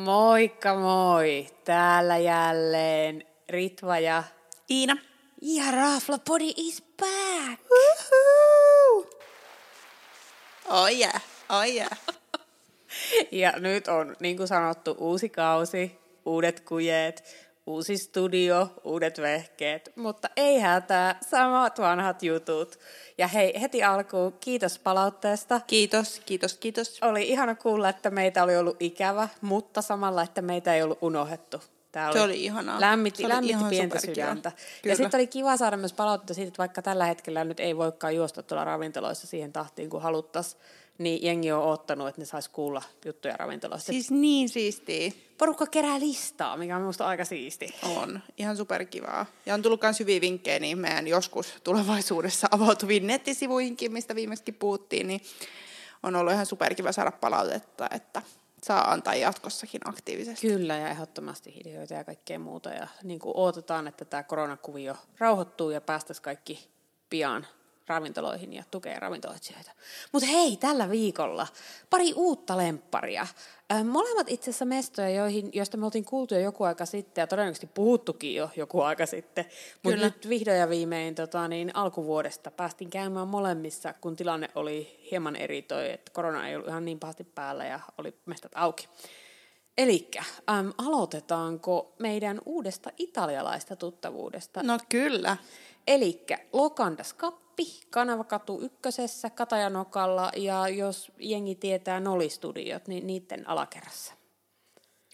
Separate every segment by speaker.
Speaker 1: Moikka moi! Täällä jälleen Ritva ja...
Speaker 2: Iina.
Speaker 1: Ja Raflapodi is back!
Speaker 2: Oh yeah, oh yeah.
Speaker 1: Ja nyt on, niin kuin sanottu, uusi kausi, uudet kujeet, uusi studio, uudet vehkeet, mutta ei hätää, samat vanhat jutut. Ja hei, heti alkuun kiitos palautteesta.
Speaker 2: Kiitos, kiitos, kiitos.
Speaker 1: Oli ihana kuulla, että meitä oli ollut ikävä, mutta samalla, että meitä ei ollut unohdettu. Tämä
Speaker 2: Se oli ihanaa.
Speaker 1: Lämmitti,
Speaker 2: Se oli
Speaker 1: lämmitti
Speaker 2: ihan
Speaker 1: pientä
Speaker 2: superkiva.
Speaker 1: sydäntä. Ja
Speaker 2: Kyllä.
Speaker 1: sitten oli kiva saada myös palautetta siitä, että vaikka tällä hetkellä nyt ei voikaan juosta tuolla ravintoloissa siihen tahtiin, kun haluttaisiin, niin jengi on ottanut, että ne saisi kuulla juttuja ravintoloista. Siis
Speaker 2: Siis niin siistiä
Speaker 1: porukka kerää listaa, mikä on minusta aika siisti.
Speaker 2: on. Ihan superkivaa. Ja on tullut myös hyviä vinkkejä niin meidän joskus tulevaisuudessa avautuviin nettisivuihinkin, mistä viimeksi puhuttiin, niin on ollut ihan superkiva saada palautetta, että saa antaa jatkossakin aktiivisesti.
Speaker 1: Kyllä, ja ehdottomasti ideoita ja kaikkea muuta. Ja niin kuin odotetaan, että tämä koronakuvio rauhoittuu ja päästäisiin kaikki pian ravintoloihin ja tukee ravintoloitsijoita. Mutta hei, tällä viikolla pari uutta lempparia. Ö, Molemmat itse asiassa mestoja, joihin, joista me oltiin kuultu jo joku aika sitten ja todennäköisesti puhuttukin jo joku aika sitten. Mutta
Speaker 2: Kyllä.
Speaker 1: nyt vihdoin ja viimein tota, niin alkuvuodesta päästiin käymään molemmissa, kun tilanne oli hieman eri toi, että korona ei ollut ihan niin pahasti päällä ja oli mestat auki. Eli äm, aloitetaanko meidän uudesta italialaista tuttavuudesta?
Speaker 2: No kyllä.
Speaker 1: Eli Lokandas Kappi, Kanavakatu ykkösessä, Katajanokalla ja jos jengi tietää Nolistudiot, niin niiden alakerrassa.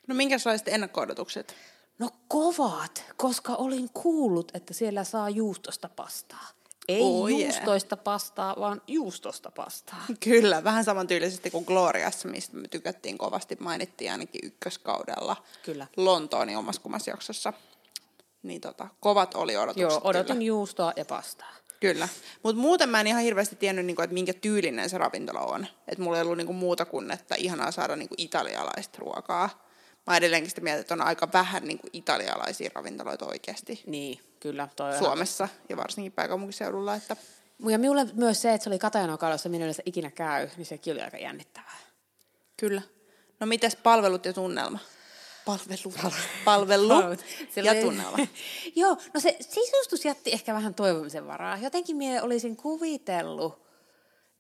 Speaker 2: No minkälaiset ennakko-odotukset?
Speaker 1: No kovat, koska olin kuullut, että siellä saa juustosta pastaa. Ei oh,
Speaker 2: Oh yeah.
Speaker 1: juustoista pastaa, vaan juustosta pastaa.
Speaker 2: Kyllä, vähän samantyylisesti kuin Gloriassa, mistä me tykättiin kovasti, mainittiin ainakin ykköskaudella.
Speaker 1: Kyllä.
Speaker 2: Lontooni omassa kummassa jaksossa. Niin tota, kovat oli odotukset.
Speaker 1: Joo, odotin juustoa ja pastaa.
Speaker 2: Kyllä. kyllä. Mutta muuten mä en ihan hirveästi tiennyt, niinku, että minkä tyylinen se ravintola on. Että mulla ei ollut niinku, muuta kuin, että ihanaa saada niinku, italialaista ruokaa. Mä oon edelleenkin sitä mieltä, että on aika vähän niinku, italialaisia ravintoloita oikeasti.
Speaker 1: Niin, kyllä. Toi on-
Speaker 2: Suomessa ja varsinkin pääkaupunkiseudulla. Että...
Speaker 1: Ja minulle myös se, että se oli Katajanokalla, jossa minä yleensä ikinä käy, niin sekin oli aika jännittävää.
Speaker 2: Kyllä. No mitäs palvelut ja tunnelma? Palvelut. Palvelu ja tunnelma.
Speaker 1: Joo, no se sisustus jätti ehkä vähän toivomisen varaa. Jotenkin minä olisin kuvitellut,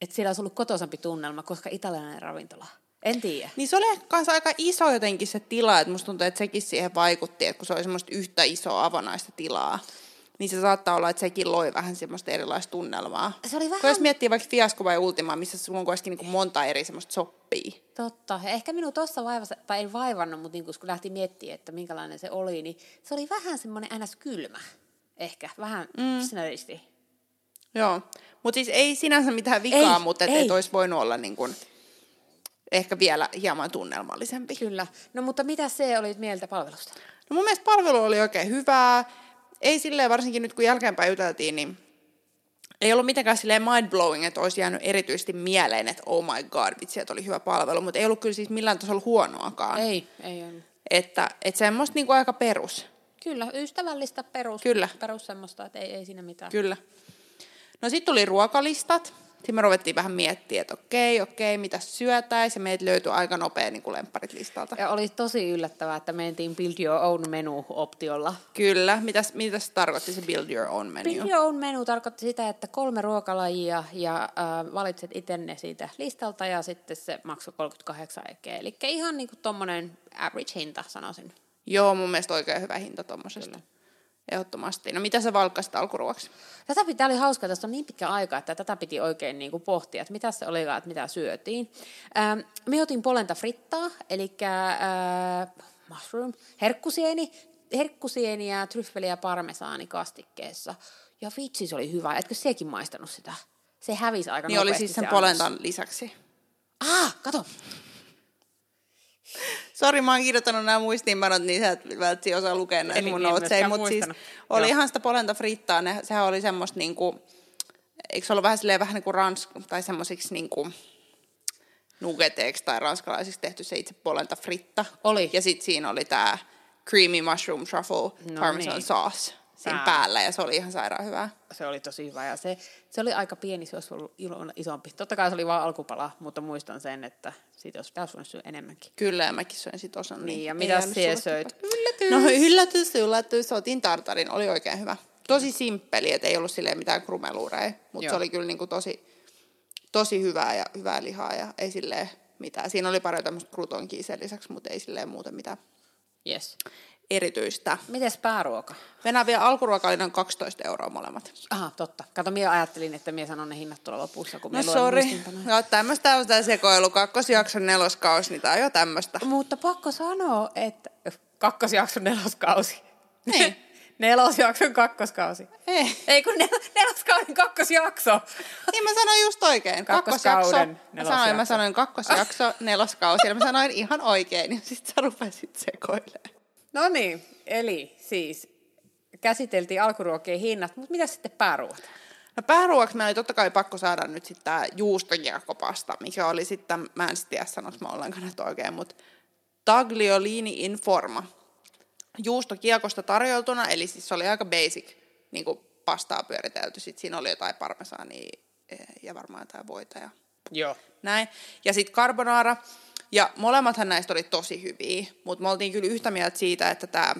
Speaker 1: että siellä olisi ollut kotoisampi tunnelma, koska italialainen ravintola. En tiedä.
Speaker 2: Niin se oli ehkä kanssa aika iso jotenkin se tila, että musta tuntuu, että sekin siihen vaikutti, että kun se oli semmoista yhtä isoa avonaista tilaa, niin se saattaa olla, että sekin loi vähän semmoista erilaista tunnelmaa.
Speaker 1: Se oli
Speaker 2: Kun
Speaker 1: vähän-
Speaker 2: jos miettii vaikka Fiasko vai Ultimaa, missä sulla on kuitenkin niin monta eri semmoista soppia.
Speaker 1: Totta. Ja ehkä minua tuossa vaivassa, tai ei vaivannut, mutta niin kun lähti miettimään, että minkälainen se oli, niin se oli vähän semmoinen ns. kylmä. Ehkä. Vähän mm. snöristi.
Speaker 2: Joo, mutta siis ei sinänsä mitään vikaa,
Speaker 1: Ei,
Speaker 2: mutta
Speaker 1: ei.
Speaker 2: et olisi voinut olla niin kuin ehkä vielä hieman tunnelmallisempi.
Speaker 1: Kyllä. No mutta mitä se oli mieltä palvelusta?
Speaker 2: No mun mielestä palvelu oli oikein hyvää. Ei silleen, varsinkin nyt kun jälkeenpäin juteltiin, niin ei ollut mitenkään silleen mind-blowing, että olisi jäänyt erityisesti mieleen, että oh my god, vitsi, että oli hyvä palvelu, mutta ei ollut kyllä siis millään tasolla huonoakaan.
Speaker 1: Ei, ei ole.
Speaker 2: Että, että semmoista niinku aika perus,
Speaker 1: Kyllä, ystävällistä perus,
Speaker 2: Kyllä.
Speaker 1: perus semmoista, että ei, ei siinä mitään.
Speaker 2: kyllä. No sitten tuli ruokalistat. Sitten me ruvettiin vähän miettiä, että okei, okei, mitä syötäisiin. Ja meiltä löytyi aika nopea niin lempparit listalta.
Speaker 1: Ja oli tosi yllättävää, että mentiin Build Your Own Menu-optiolla.
Speaker 2: Kyllä. Mitäs, mitäs se tarkoitti se build your own menu?
Speaker 1: Build Your Own Menu tarkoitti sitä, että kolme ruokalajia ja äh, valitset itse ne siitä listalta ja sitten se maksoi 38 ekeä. Eli ihan niin kuin tommonen average hinta, sanoisin.
Speaker 2: Joo, mun mielestä oikein hyvä hinta tuommoisesta. Ehdottomasti. No mitä sä valkkasit alkuruoksi?
Speaker 1: Tätä pitää oli hauska, tästä on niin pitkä aika, että tätä piti oikein niin kuin pohtia, että mitä se olikaan, että mitä syötiin. Ähm, me otin polenta frittaa, eli äh, mushroom, herkkusieni, herkkusieniä, tryffeliä ja parmesaani kastikkeessa. Ja vitsi, se oli hyvä. Etkö sekin maistanut sitä? Se hävisi aika
Speaker 2: Niin oli
Speaker 1: nopeasti
Speaker 2: siis sen
Speaker 1: se
Speaker 2: polentan lisäksi.
Speaker 1: annos. Ah, kato.
Speaker 2: Sori, mä oon kirjoittanut nämä muistiinpanot, niin sä et välttämättä osaa lukea näitä
Speaker 1: Eli
Speaker 2: mun
Speaker 1: niin,
Speaker 2: noteja,
Speaker 1: myöskään
Speaker 2: mutta siis
Speaker 1: muistanut.
Speaker 2: oli
Speaker 1: Joo.
Speaker 2: ihan sitä polenta frittaa, ne, sehän oli semmoista niinku, eikö se ollut vähän silleen vähän niinku ransk, tai semmoisiksi niinku nugeteiksi tai ranskalaisiksi tehty se itse polenta fritta.
Speaker 1: Oli.
Speaker 2: Ja sitten siinä oli tämä creamy mushroom truffle
Speaker 1: No
Speaker 2: parmesan
Speaker 1: niin.
Speaker 2: sauce. siinä
Speaker 1: Päällä.
Speaker 2: päällä ja se oli ihan sairaan hyvää.
Speaker 1: se oli tosi hyvä ja se, se oli aika pieni, se olisi ollut ilo- isompi. Totta kai se oli vain alkupala, mutta muistan sen, että siitä olisi pitäisi voinut syödä enemmänkin.
Speaker 2: Kyllä, ja mäkin söin sit osan.
Speaker 1: Niin, ja
Speaker 2: ei
Speaker 1: mitä
Speaker 2: jäänyt
Speaker 1: sinä
Speaker 2: sulle
Speaker 1: söit?
Speaker 2: tippaa. No yllätys, yllätys. Otin tartarin, oli oikein hyvä. Tosi simppeli, että ei ollut silleen mitään krumeluureja, mutta
Speaker 1: Joo.
Speaker 2: se oli kyllä niinku tosi, tosi hyvää ja hyvää lihaa ja ei silleen mitään. Siinä oli pari tämmöistä krutonkia sen lisäksi, mutta ei silleen muuten mitään
Speaker 1: Yes.
Speaker 2: erityistä.
Speaker 1: Mites pääruoka?
Speaker 2: Mennään vielä alkuruoka oli noin 12 euroa molemmat.
Speaker 1: Aha, totta. Kato, minä ajattelin, että minä sanon ne hinnat tuolla lopussa, kun
Speaker 2: No
Speaker 1: minä luen
Speaker 2: sori.
Speaker 1: muistiinpanoja.
Speaker 2: No tämmöistä on tämä sekoilu, kakkosjakson neloskaus, niin tää on jo tämmöistä.
Speaker 1: Mutta pakko sanoa, että Öh, kakkosjakson neloskausi.
Speaker 2: Niin.
Speaker 1: Nelosjakson kakkoskausi.
Speaker 2: Ei.
Speaker 1: Ei kun nel- neloskauden kakkosjakso.
Speaker 2: Niin mä sanoin just oikein. Kakkosjakso.
Speaker 1: Kakkoskauden
Speaker 2: Mä sanoin, mä
Speaker 1: nelosjakso.
Speaker 2: sanoin kakkosjakso, neloskausi. Eli mä sanoin ihan oikein, ja sit sä rupesit sekoilemaan.
Speaker 1: No niin, eli siis käsiteltiin alkuruokien hinnat, mutta mitä sitten pääruoat?
Speaker 2: No pääruoaksi meillä oli totta kai pakko saada nyt sitten tää juustokiekopasta, mikä oli sitten, mä en sit tiedä sanois mä ollenkaan nyt oikein, mutta tagliolini informa. Juustokiekosta tarjoltuna, eli siis se oli aika basic, niin kuin pastaa pyöritelty. Sitten siinä oli jotain parmesaania eh, ja varmaan jotain voita ja
Speaker 1: Joo.
Speaker 2: Näin. Ja sitten carbonara. Ja molemmathan näistä oli tosi hyviä, mutta me oltiin kyllä yhtä mieltä siitä, että tämä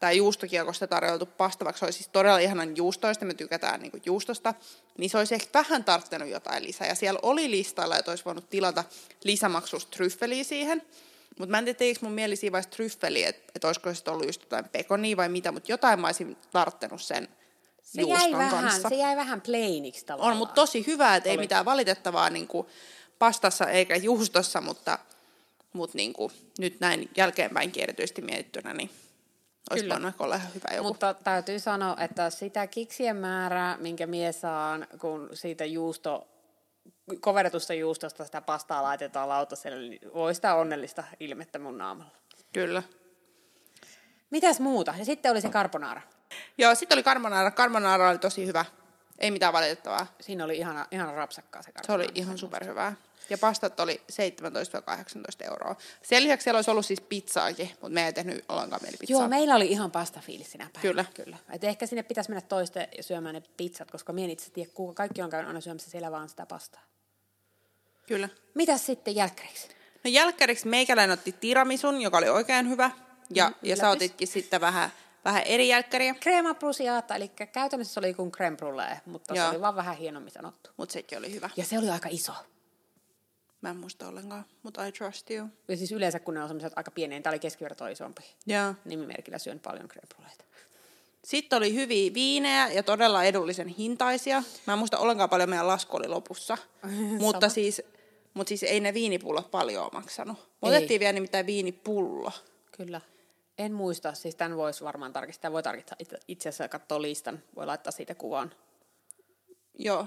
Speaker 2: tämä juustokiekosta tarjoltu pasta, vaikka se olisi siis todella ihanan juustoista, me tykätään niinku juustosta, niin se olisi ehkä vähän tarttunut jotain lisää. Ja siellä oli listalla, että olisi voinut tilata lisämaksusta tryffeliä siihen. Mutta mä en tiedä, teikö mun mieli siinä vaiheessa tryffeliä, että et olisiko se sitten ollut just jotain pekonia vai mitä, mutta jotain mä olisin tarttunut sen
Speaker 1: Se
Speaker 2: juuston
Speaker 1: jäi, vähän,
Speaker 2: kanssa.
Speaker 1: se jäi vähän plainiksi tavallaan.
Speaker 2: On, mutta tosi hyvää, että ei
Speaker 1: Oli.
Speaker 2: mitään valitettavaa niin kuin pastassa eikä juustossa, mutta, mutta niin kuin nyt näin jälkeenpäinkin erityisesti mietittynä, niin olisi
Speaker 1: Kyllä.
Speaker 2: voinut ehkä olla ihan hyvä joku. Mutta,
Speaker 1: Mutta täytyy sanoa, että sitä kiksien määrää, minkä mie saan, kun siitä juusto, koveretusta juustosta sitä pastaa laitetaan lautaselle, niin voi sitä onnellista ilmettä mun naamalla.
Speaker 2: Kyllä.
Speaker 1: Mitäs muuta? Ja sitten oli se carbonara.
Speaker 2: Joo, sitten oli carbonara. Carbonara oli tosi hyvä. Ei mitään valitettavaa.
Speaker 1: Siinä oli ihana, ihana rapsakkaa se
Speaker 2: Se
Speaker 1: carbonara.
Speaker 2: oli ihan superhyvää. Ja pastat oli 17-18 euroa. Sen lisäksi siellä olisi ollut siis pizzaakin, mutta me ei tehnyt ollenkaan mieli pizzaa.
Speaker 1: Joo, meillä oli ihan pastafiilis sinä päivänä.
Speaker 2: Kyllä.
Speaker 1: Kyllä. Et ehkä sinne pitäisi mennä toisten syömään ne pizzat, koska mie en itse tiedä, kuka kaikki on käynyt aina syömässä siellä vaan sitä pastaa.
Speaker 2: Kyllä.
Speaker 1: Mitäs sitten jälkkäriksi?
Speaker 2: No jälkkäriksi meikäläinen otti tiramisun, joka oli oikein hyvä. Ja,
Speaker 1: Mm,
Speaker 2: ja sä
Speaker 1: yllätys.
Speaker 2: otitkin sitten vähän, vähän eri jälkkäriä.
Speaker 1: Crema brusiata, eli käytännössä se oli kuin creme brulee, mutta Joo.
Speaker 2: Joo.
Speaker 1: se oli vaan vähän hienommin sanottu.
Speaker 2: Mutta sekin oli hyvä.
Speaker 1: Ja se oli aika iso.
Speaker 2: Mä en muista ollenkaan, mutta I trust you.
Speaker 1: Ja siis yleensä kun ne on semmoiset aika pieniä, tämä oli keskivertoa isompi.
Speaker 2: Joo.
Speaker 1: Nimimerkillä syön paljon creme bruleita.
Speaker 2: Sitten oli hyviä viinejä ja todella edullisen hintaisia. Mä en muista ollenkaan paljon meidän lasku oli lopussa. mutta, siis, mutta siis ei ne viinipullot paljon maksanut. Me
Speaker 1: Ei.
Speaker 2: otettiin vielä nimittäin viinipullo.
Speaker 1: Kyllä. En muista, siis tämän voisi varmaan tarkistaa. Voi tarkistaa itse- itse asiassa katsoa listan. Voi laittaa siitä kuvan.
Speaker 2: Joo.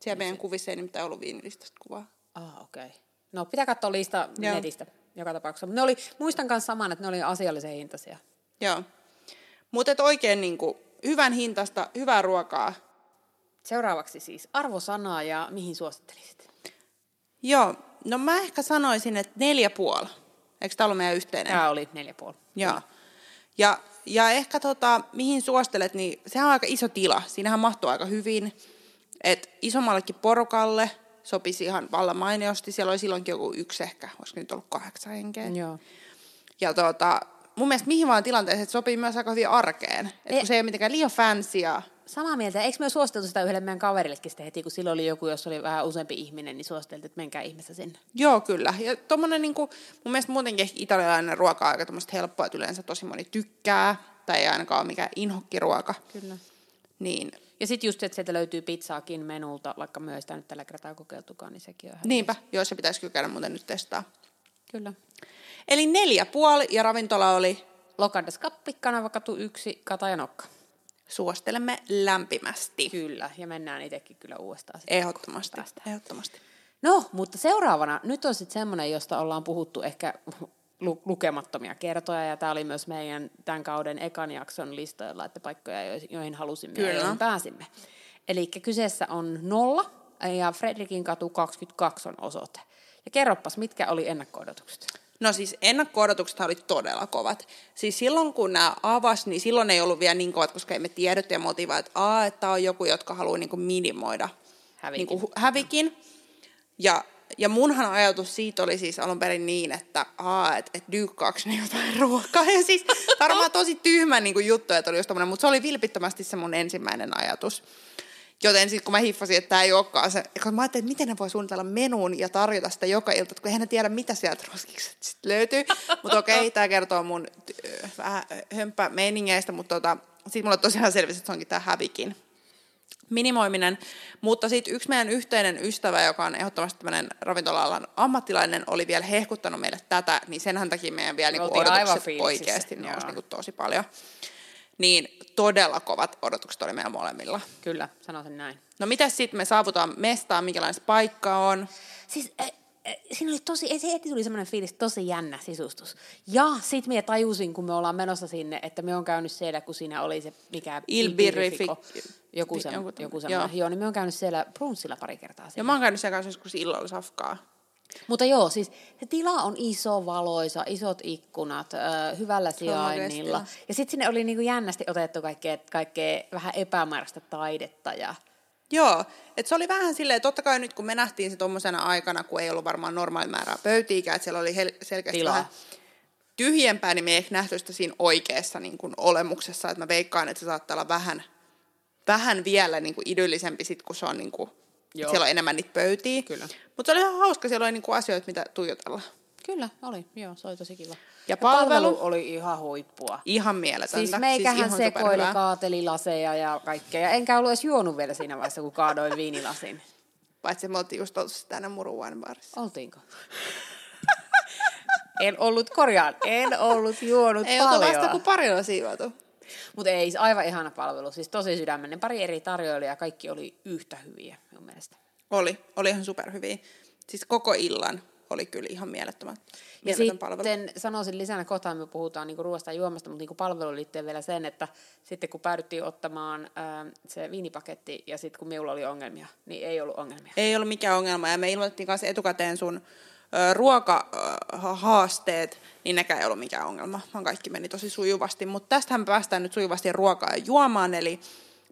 Speaker 2: Siellä meidän kuvissa ei nimittäin ollut viinilistasta kuvaa.
Speaker 1: Ah, okei. Okay. No, pitää katsoa lista
Speaker 2: Joo.
Speaker 1: netistä joka tapauksessa. Mut Ne oli, muistan myös saman, että ne oli asiallisen hintaisia.
Speaker 2: Joo. Mutta oikein niinku, hyvän hintasta, hyvää ruokaa,
Speaker 1: Seuraavaksi siis arvosanaa ja mihin suosittelisit?
Speaker 2: Joo, no mä ehkä sanoisin, että neljä puoli. Eikö tämä ollut meidän yhteinen?
Speaker 1: Tämä oli neljä puoli.
Speaker 2: Joo. Ja, ja ehkä tota, mihin suostelet, niin sehän on aika iso tila. Siinähän mahtuu aika hyvin. Et isommallekin porukalle sopisi ihan vallan mainiosti. Siellä oli silloinkin joku yksi ehkä, olisiko nyt ollut kahdeksan henkeä.
Speaker 1: Joo.
Speaker 2: Ja tota, mun mielestä mihin vaan tilanteeseen että sopii myös aika hyvin arkeen. Et
Speaker 1: E-
Speaker 2: kun se ei ole mitenkään liian fancy ja
Speaker 1: Samaa mieltä. Eikö me suositeltu sitä yhdelle meidän kaverillekin sitten heti, kun silloin oli joku, jos oli vähän useampi ihminen, niin suositeltiin, että menkää ihmeessä sinne.
Speaker 2: Joo, kyllä. Ja tommonen niinku, mun mielestä muutenkin ehkä italialainen ruoka on aika tommoista helppoa, että yleensä tosi moni tykkää, tai ei ainakaan ole mikään inhokkiruoka.
Speaker 1: Kyllä.
Speaker 2: Niin,
Speaker 1: Ja sitten just se, että sieltä löytyy pizzaakin menulta, vaikka me ei sitä nyt tällä kertaa kokeiltukaan, niin sekin on ihan...
Speaker 2: niinpä, joo, se pitäisi kyllä käydä muuten nyt testaa.
Speaker 1: Kyllä.
Speaker 2: Eli neljä puoli, ja ravintola oli
Speaker 1: Lokandas Kappi, kanava katu 1, kata ja nokka.
Speaker 2: suostelemme lämpimästi.
Speaker 1: Kyllä, ja mennään itsekin kyllä uudestaan. sitten.
Speaker 2: Ehdottomasti, ehdottomasti.
Speaker 1: No, mutta seuraavana, nyt on sitten semmoinen, josta ollaan puhuttu ehkä lu- lukemattomia kertoja, ja tämä oli myös meidän tämän kauden ekan jakson listoilla, että paikkoja, jo- joihin halusimme ja
Speaker 2: Kyllä.
Speaker 1: joihin pääsimme. Eli kyseessä on nolla, ja Fredrikin katu 22 on osoite. Ja kerropas, mitkä oli ennakko-odotukset?
Speaker 2: No siis ennakko-odotukset oli todella kovat. Siis silloin kun nämä avas, niin silloin ei ollut vielä niin kovat, koska emme tiedetty ja me oltiin vaan, että aa, että tää on joku, jotka haluaa niin kuin minimoida
Speaker 1: Hävikin.
Speaker 2: Niin kuin hävikin. Ja, ja munhan ajatus siitä oli siis alun perin niin, että aa, että et dyykkaaks ne jotain ruokaa. Ja siis varmaan tosi tyhmä niin kuin juttu, että oli just tommonen, mutta se oli vilpittömästi se mun ensimmäinen ajatus. Joten sitten kun mä hiffasin, että tämä ei olekaan se, kun mä ajattelin, että miten ne voi suunnitella menun ja tarjota sitä joka ilta, kun eihän ne tiedä, mitä sieltä roskikset sitten löytyy. Mutta okei, tämä kertoo mun ö, vähän hömppä meiningeistä, mutta tota, sitten mulla tosiaan selvisi, että se onkin tämä hävikin minimoiminen. Mutta sitten yksi meidän yhteinen ystävä, joka on ehdottomasti tämmöinen ravintola-alan ammattilainen, oli vielä hehkuttanut meille tätä, niin senhän takia meidän vielä niinku
Speaker 1: oltiin aivan
Speaker 2: odotukset
Speaker 1: fiiliksissä,
Speaker 2: oikeasti
Speaker 1: joo.
Speaker 2: nousi niinku tosi paljon. Niin todella kovat odotukset oli meillä molemmilla.
Speaker 1: Kyllä, sanoisin näin.
Speaker 2: No mitä sitten me saavutaan mestaan, minkälainen se paikka on?
Speaker 1: Siis äh, äh, siinä oli tosi, ei se heti tuli semmoinen fiilis, tosi jännä sisustus. Ja sit minä tajusin, kun me ollaan menossa sinne, että me on käynyt siellä, kun siinä oli se mikä
Speaker 2: Il
Speaker 1: Ilbirifico.
Speaker 2: Birrifico.
Speaker 1: Joku, sem,
Speaker 2: Joku tämmönen,
Speaker 1: joku
Speaker 2: joo.
Speaker 1: semmoinen. Joo. niin me on käynyt siellä brunssilla pari kertaa.
Speaker 2: Ja
Speaker 1: Siellä.
Speaker 2: mä oon käynyt siellä kanssa joskus illalla safkaa.
Speaker 1: Mutta joo, siis se tila on iso valoisa, isot ikkunat, äh, hyvällä sijainnilla.
Speaker 2: tila.
Speaker 1: Ja sitten sinne oli niinku jännästi otettu kaikkea, kaikkea vähän epämääräistä taidetta ja
Speaker 2: Joo, et se oli vähän silleen, totta kai nyt kun me nähtiin se tuommoisena aikana, kun ei ollut varmaan normaali määrää pöytiikään, että siellä oli hel- selkeästi
Speaker 1: Tilaa.
Speaker 2: vähän tyhjempää, niin me ei ehkä nähty sitä siinä oikeassa niin kuin olemuksessa, että mä veikkaan, että se saattaa olla vähän, vähän vielä niin kuin idyllisempi sit, kun se on niin kuin,
Speaker 1: Joo.
Speaker 2: siellä on enemmän niitä pöytiä.
Speaker 1: Kyllä.
Speaker 2: Mutta se oli ihan hauska, siellä oli niin kuin asioita, mitä tuijotella.
Speaker 1: Kyllä, oli. Joo, se oli tosi kiva.
Speaker 2: Ja palvelu?
Speaker 1: oli ihan huippua.
Speaker 2: Ihan mieletöntä.
Speaker 1: Siis meikähän
Speaker 2: ihan
Speaker 1: siis sekoili
Speaker 2: superhyvää.
Speaker 1: kaatelilaseja ja kaikkea. Ja enkä ollut edes juonut vielä siinä vaiheessa, kun kaadoin viinilasin.
Speaker 2: Paitsi me oltiin just oltu tänään Muru Wine Barissa.
Speaker 1: Oltiinko? en ollut korjaan. En ollut juonut
Speaker 2: Ei oltu vasta
Speaker 1: paljon.
Speaker 2: kuin parilla siivotu.
Speaker 1: Mutta ei, siis aivan ihana palvelu. Siis tosi sydämellinen. Pari eri tarjoilijaa. Kaikki oli yhtä hyviä mun mielestä.
Speaker 2: Oli, oli ihan superhyviä. Siis koko illan oli kyllä ihan mielettömän,
Speaker 1: Ja
Speaker 2: mieletön
Speaker 1: sitten
Speaker 2: palvelu.
Speaker 1: sanoisin lisänä, kohtaan me puhutaan niinku ruoasta ja juomasta, mutta niinku palveluun liittyen vielä sen, että sitten kun päädyttiin ottamaan ää, se viinipaketti ja sitten kun minulla oli ongelmia, niin ei ollut ongelmia.
Speaker 2: Ei ollut mikään ongelma ja me ilmoitettiin kanssa etukäteen sun ö, ruokahaasteet, niin nekään ei ollut mikään ongelma, vaan kaikki meni tosi sujuvasti. Mutta tästähän me päästään nyt sujuvasti ruokaa ja juomaan, eli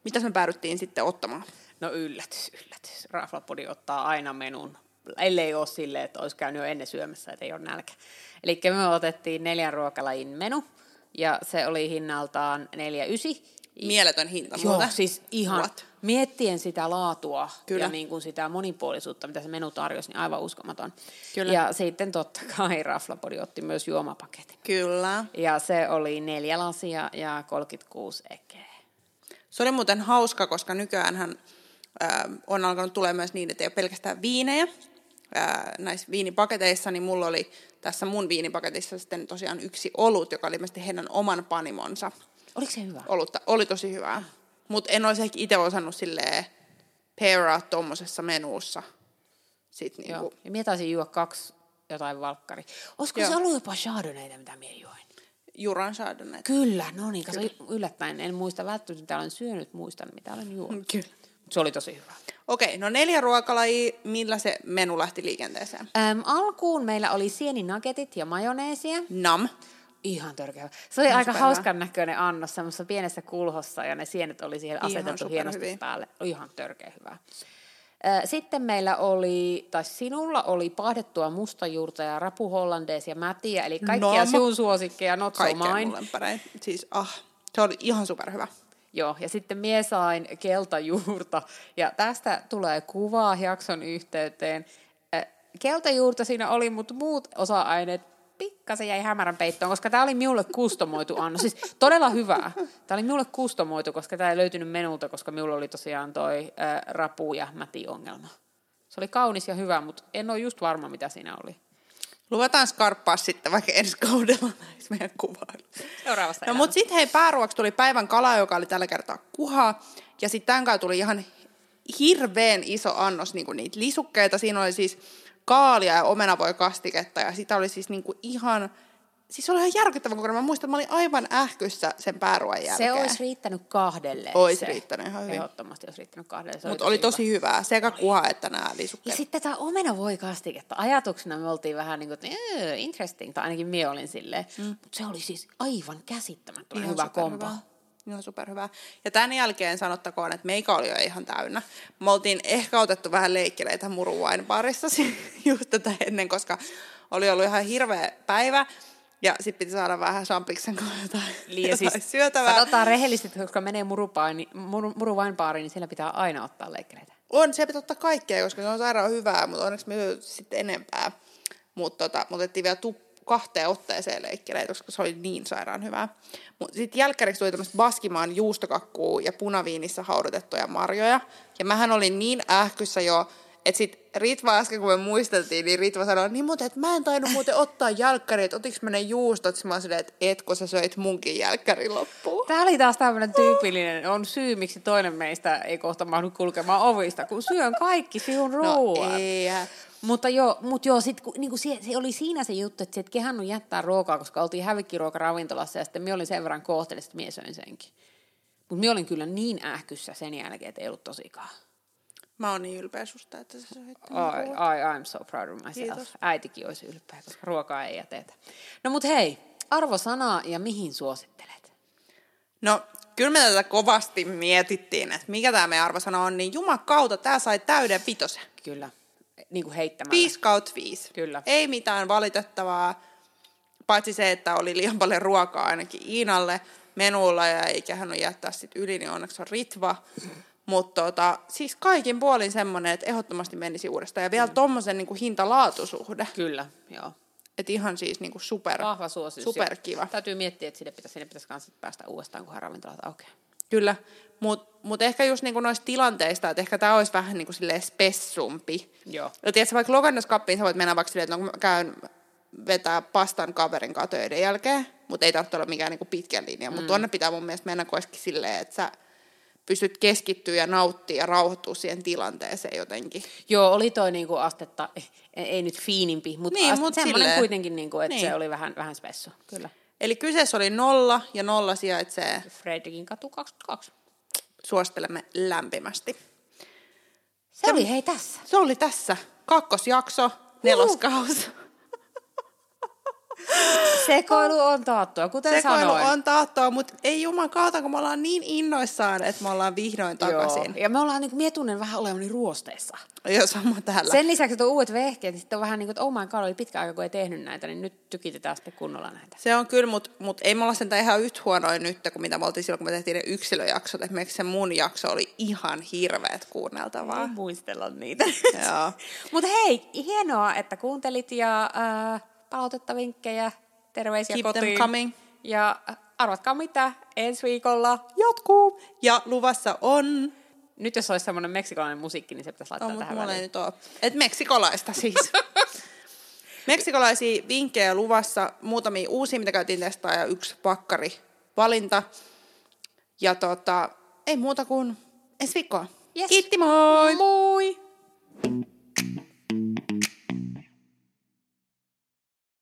Speaker 2: mitäs me päädyttiin sitten ottamaan?
Speaker 1: No yllätys, yllätys. Raflapodi ottaa aina menun, ellei ole silleen, että olisi käynyt jo ennen syömässä, että ei ole nälkä. Eli me otettiin neljän ruokalajin menu, ja se oli hinnaltaan 4,9.
Speaker 2: Mieletön hinta
Speaker 1: Joo,
Speaker 2: muuten.
Speaker 1: siis ihan
Speaker 2: What?
Speaker 1: miettien sitä laatua
Speaker 2: Kyllä.
Speaker 1: Kyllä. ja niin kuin sitä monipuolisuutta, mitä se menu tarjosi, niin aivan uskomaton.
Speaker 2: Kyllä.
Speaker 1: Ja sitten totta kai Raflapodi otti myös juomapaketin.
Speaker 2: Kyllä.
Speaker 1: Ja se oli neljä lasia ja 36 ekeä.
Speaker 2: Se oli muuten hauska, koska nykyään on alkanut tulee myös niin, että ei ole pelkästään viinejä ää, näissä viinipaketeissa, niin mulla oli tässä mun viinipaketissa sitten tosiaan yksi olut, joka oli ilmeisesti heidän oman panimonsa.
Speaker 1: Oliko se hyvä?
Speaker 2: Olutta oli tosi hyvää, mutta en olisi ehkä itse osannut silleen pairaa tuommoisessa menuussa. Sit
Speaker 1: Joo.
Speaker 2: niinku,
Speaker 1: Ja minä taisin juo kaksi jotain valkkari. Olisiko
Speaker 2: Joo.
Speaker 1: se ollut jopa chardonnayta, mitä minä juoin?
Speaker 2: Juran Chardonnay.
Speaker 1: Kyllä, no niin, se oli yllättäen. En muista välttämättä, mitä olen syönyt, muistan, mitä olen juonut.
Speaker 2: Kyllä.
Speaker 1: Se oli tosi hyvä.
Speaker 2: Okei, no neljä ruokalajia, millä se menu lähti liikenteeseen?
Speaker 1: Äm, alkuun meillä oli sieninagetit ja majoneesia.
Speaker 2: Nam.
Speaker 1: Ihan törkeä. Se oli aika
Speaker 2: superhyvä.
Speaker 1: hauskan näköinen annos semmoisessa pienessä kulhossa ja ne sienet oli siihen asetettu
Speaker 2: superhyviä.
Speaker 1: hienosti päälle. Ihan törkeä hyvä. Ö, Sitten meillä oli, tai sinulla oli pahdettua mustajuurta ja rapuhollandees ja mätiä, eli kaikkia
Speaker 2: Nom.
Speaker 1: no, sinun suosikkeja, not so
Speaker 2: Kaikkea
Speaker 1: mine.
Speaker 2: mulle pärein. Siis ah, se oli ihan superhyvä.
Speaker 1: Joo, ja sitten mie sain keltajuurta. Ja tästä tulee kuvaa jakson yhteyteen. Äh, Keltajuurta siinä oli, mutta muut osa-aineet pikkasen jäi hämärän peittoon, koska tämä oli minulle kustomoitu annos. Siis todella hyvää. Tämä oli minulle kustomoitu, koska tämä ei löytynyt menulta, koska minulla oli tosiaan toi äh, rapu- ja mäti-ongelma. Se oli kaunis ja hyvä, mutta en ole just varma, mitä siinä oli.
Speaker 2: Luvataan skarppaa sitten vaikka ensi kaudella näissä meidän kuvailu.
Speaker 1: Seuraavasta
Speaker 2: No mut sitten hei pääruoksi tuli päivän kala, joka oli tällä kertaa kuha. Ja sitten tämän kanssa tuli ihan hirveän iso annos niinku niitä lisukkeita. Siinä oli siis kaalia ja omenavoikastiketta ja sitä oli siis niinku ihan Siis se oli ihan järkyttävän kokonaan. Mä muistan, että mä olin aivan ähkyssä sen pääruoan jälkeen.
Speaker 1: Se olisi riittänyt kahdelle.
Speaker 2: Ois
Speaker 1: se.
Speaker 2: riittänyt ihan hyvin.
Speaker 1: Ehdottomasti olisi riittänyt kahdelle. Se
Speaker 2: Mutta oli tosi hyvää. Sekä kuha että nämä
Speaker 1: Ja
Speaker 2: lisukkeet.
Speaker 1: sitten tätä omenavoikastiketta. Ajatuksena me oltiin vähän niin kuin, että "Öö, interesting, tai ainakin mie olin silleen. Mm. Mutta se oli siis aivan käsittämättömän hyvä kompa.
Speaker 2: Ihan superhyvää. Ja tämän jälkeen sanottakoon, että meikä oli jo ihan täynnä. Me oltiin ehkä otettu vähän leikkeleitä muruvain parissa just tätä ennen, koska oli ollut ihan hirveä päivä. Ja sitten piti saada vähän sampliksen kanssa jotain,
Speaker 1: Eli
Speaker 2: jotain syötävää.
Speaker 1: Niin, siis Sanotaan rehellisesti, koska menee murupaini, muru, muruvainbaariin, niin siellä pitää aina ottaa leikkereitä.
Speaker 2: On, se pitää ottaa kaikkea, koska se on sairaan hyvää, mutta onneksi me syötiin sitten enempää. Mutta tota, mut otettiin vielä tup, kahteen otteeseen leikkeleitä, koska se oli niin sairaan hyvää. Mutta sitten jälkkäriksi tuli tämmöistä baskimaan juustokakkuu ja punaviinissä haudutettuja marjoja. Ja mähän olin niin ähkyssä jo, että sitten Ritva äsken, kun me muisteltiin, niin Ritva sanoi, niin mutta et mä en tainnut muuten ottaa jälkkäriä, että otiks mä ne juustot? Sitten mä oon silleen, että etkö sä söit munkin jälkkärin loppuun?
Speaker 1: Tämä oli taas tämmöinen tyypillinen, on syy, miksi toinen meistä ei kohta mahdu kulkemaan ovista, kun syön kaikki sinun ruoan.
Speaker 2: No ei.
Speaker 1: Mutta joo, mut joo sit, kun, niinku se, se, oli siinä se juttu, että se et kehannut jättää ruokaa, koska oltiin hävikkiruoka ravintolassa ja sitten minä olin sen verran kohteellisesti, että minä söin senkin. Mutta minä olin kyllä niin ähkyssä sen jälkeen, että ei ollut tosikaan.
Speaker 2: Mä oon niin ylpeä susta, että sä söit tämän
Speaker 1: I, I, I'm so proud of myself.
Speaker 2: Kiitos.
Speaker 1: Äitikin olisi ylpeä, koska ruokaa ei jätetä. No mut hei, arvosanaa ja mihin suosittelet?
Speaker 2: No, kyllä me tätä kovasti mietittiin, että mikä tämä meidän arvosana on, niin jumakauta, tämä sai täyden vitosen.
Speaker 1: Kyllä, niin kuin heittämällä.
Speaker 2: 5 kautta 5.
Speaker 1: Kyllä.
Speaker 2: Ei mitään valitettavaa, paitsi se, että oli liian paljon ruokaa ainakin Iinalle menulla ja ei kehannut jättää sit yli, niin onneksi on ritva. Mutta tota, siis kaikin puolin semmoinen, että ehdottomasti menisi uudestaan. Ja vielä tommosen niin hinta-laatusuhde.
Speaker 1: Kyllä, joo.
Speaker 2: Että ihan siis niin kuin super,
Speaker 1: Vahva suositus.
Speaker 2: superkiva.
Speaker 1: Täytyy miettiä, että sinne pitäisi, sinne pitäisi kanssa päästä uudestaan, kunhan ravintolat aukeaa.
Speaker 2: Kyllä, mutta mut ehkä just niinku noista tilanteista, että ehkä tämä olisi vähän niinku silleen spessumpi.
Speaker 1: Joo.
Speaker 2: Ja No tiedätkö, vaikka lokannuskappiin sä voit mennä vaikka silleen, että no, kun mä käyn vetää pastan kaverin kanssa töiden jälkeen, mutta ei tarvitse olla mikään niinku pitkän linja. Mutta tuonne pitää mun mielestä mennä koski silleen, että sä pystyt keskittyä ja nauttia ja rauhoittua siihen tilanteeseen jotenkin.
Speaker 1: Joo, oli toi niinku astetta, ei, ei nyt fiinimpi, mutta
Speaker 2: Niin,
Speaker 1: niin,
Speaker 2: mut
Speaker 1: mut semmoinen
Speaker 2: silleen.
Speaker 1: kuitenkin, niinku, että niin.
Speaker 2: Niin.
Speaker 1: se oli vähän, vähän spessu. Kyllä.
Speaker 2: Eli kyseessä oli nolla ja nolla sijaitsee
Speaker 1: Fredrikin katu 22.
Speaker 2: suosittelemme lämpimästi.
Speaker 1: Se oli hei tässä.
Speaker 2: Se oli tässä kakkosjakso, neloskaus.
Speaker 1: Sekoilu on taattua, kuten
Speaker 2: Sekoilu
Speaker 1: sanoin.
Speaker 2: on taattua, mutta ei juman kautta, kun me ollaan niin innoissaan, että me ollaan vihdoin takaisin.
Speaker 1: Ja me ollaan niinku mietunen vähän olevani ruosteessa.
Speaker 2: Joo. Joo, sama täällä.
Speaker 1: Sen lisäksi, että on uudet vehkeet, niin sitten on vähän niin kuin, että oh my god, oli pitkä aika, kun ei tehnyt näitä, niin nyt tykitetään sitten kunnolla näitä.
Speaker 2: Se on kyllä, mutta mut ei me olla sentään ihan yhtä huonoja nyt, kuin mitä me oltiin silloin, kun me tehtiin ne yksilöjaksot. Esimerkiksi se mun jakso oli ihan hirveät kuunneltavaa.
Speaker 1: Ei muistella niitä.
Speaker 2: Joo.
Speaker 1: Mutta hei, hienoa, että kuuntelit ja äh, palautetta, vinkkejä, terveisiä
Speaker 2: Keep them
Speaker 1: kotiin.
Speaker 2: coming.
Speaker 1: Ja äh, arvatkaa mitä, ensi viikolla.
Speaker 2: Jatkuu. Ja luvassa on...
Speaker 1: Nyt jos olisi semmoinen meksikolainen musiikki, niin se pitäisi laittaa
Speaker 2: No, mutta
Speaker 1: tähän
Speaker 2: mulla ei
Speaker 1: väliin.
Speaker 2: nyt ole. Et meksikolaista siis. Meksikolaisia vinkkejä luvassa, muutamia uusia, mitä käytiin testaa ja yksi pakkari valinta. Ja tota, ei muuta kuin ensi viikkoa.
Speaker 1: Yes.
Speaker 2: Kiitti moi!
Speaker 1: Moi!